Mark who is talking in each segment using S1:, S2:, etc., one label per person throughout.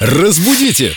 S1: Разбудите!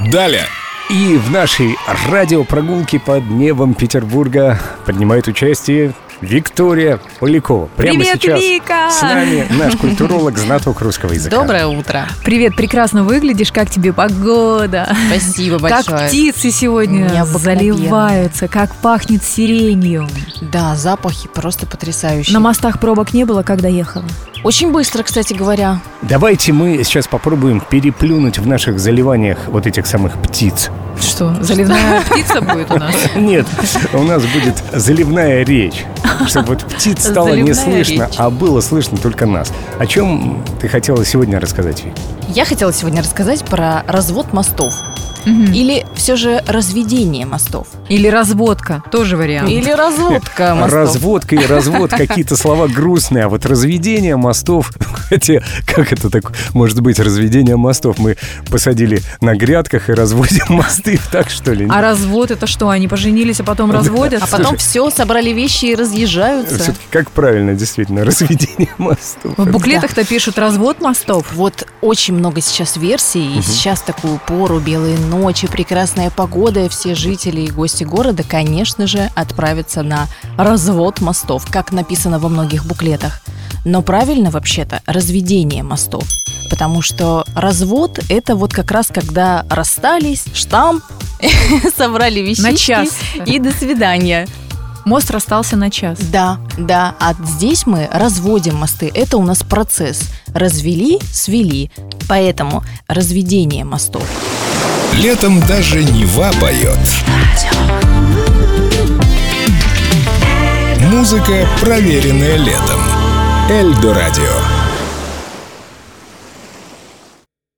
S1: Далее!
S2: И в нашей радиопрогулке под небом Петербурга принимает участие Виктория Полякова. Прямо
S3: Привет,
S2: сейчас
S3: Вика!
S2: с нами наш культуролог, знаток русского языка.
S4: Доброе утро.
S3: Привет, прекрасно выглядишь. Как тебе погода?
S4: Спасибо большое.
S3: Как птицы сегодня
S4: Необыкновенно.
S3: заливаются, как пахнет сиренью.
S4: Да, запахи просто потрясающие.
S3: На мостах пробок не было, когда ехала.
S4: Очень быстро, кстати говоря.
S2: Давайте мы сейчас попробуем переплюнуть в наших заливаниях вот этих самых птиц.
S4: Что, заливная птица будет у нас?
S2: Нет, у нас будет заливная речь, чтобы вот птиц стало не
S4: Заливная
S2: слышно,
S4: речь.
S2: а было слышно только нас. О чем ты хотела сегодня рассказать, Вик?
S4: Я хотела сегодня рассказать про развод мостов. Или все же разведение мостов.
S3: Или разводка, тоже вариант.
S4: Или разводка мостов.
S2: Разводка и развод, какие-то слова грустные, а вот разведение мостов, хотя как это так может быть, разведение мостов? Мы посадили на грядках и разводим мосты, так что ли?
S3: А развод это что? Они поженились, а потом разводятся?
S4: А потом все, собрали вещи и разъезжаются.
S2: Все-таки как правильно, действительно, разведение мостов?
S3: В буклетах-то пишут развод мостов.
S4: Вот очень много сейчас версий, и сейчас в такую пору, белые ночи, прекрасная погода, и все жители и гости города, конечно же, отправятся на развод мостов, как написано во многих буклетах. Но правильно вообще-то разведение мостов, потому что развод – это вот как раз когда расстались, штамп, собрали вещички
S3: На час.
S4: и до свидания.
S3: Мост расстался на час.
S4: Да, да. А здесь мы разводим мосты. Это у нас процесс. Развели, свели. Поэтому разведение мостов.
S1: Летом даже Нева поет. Музыка, проверенная летом. Эльдо радио.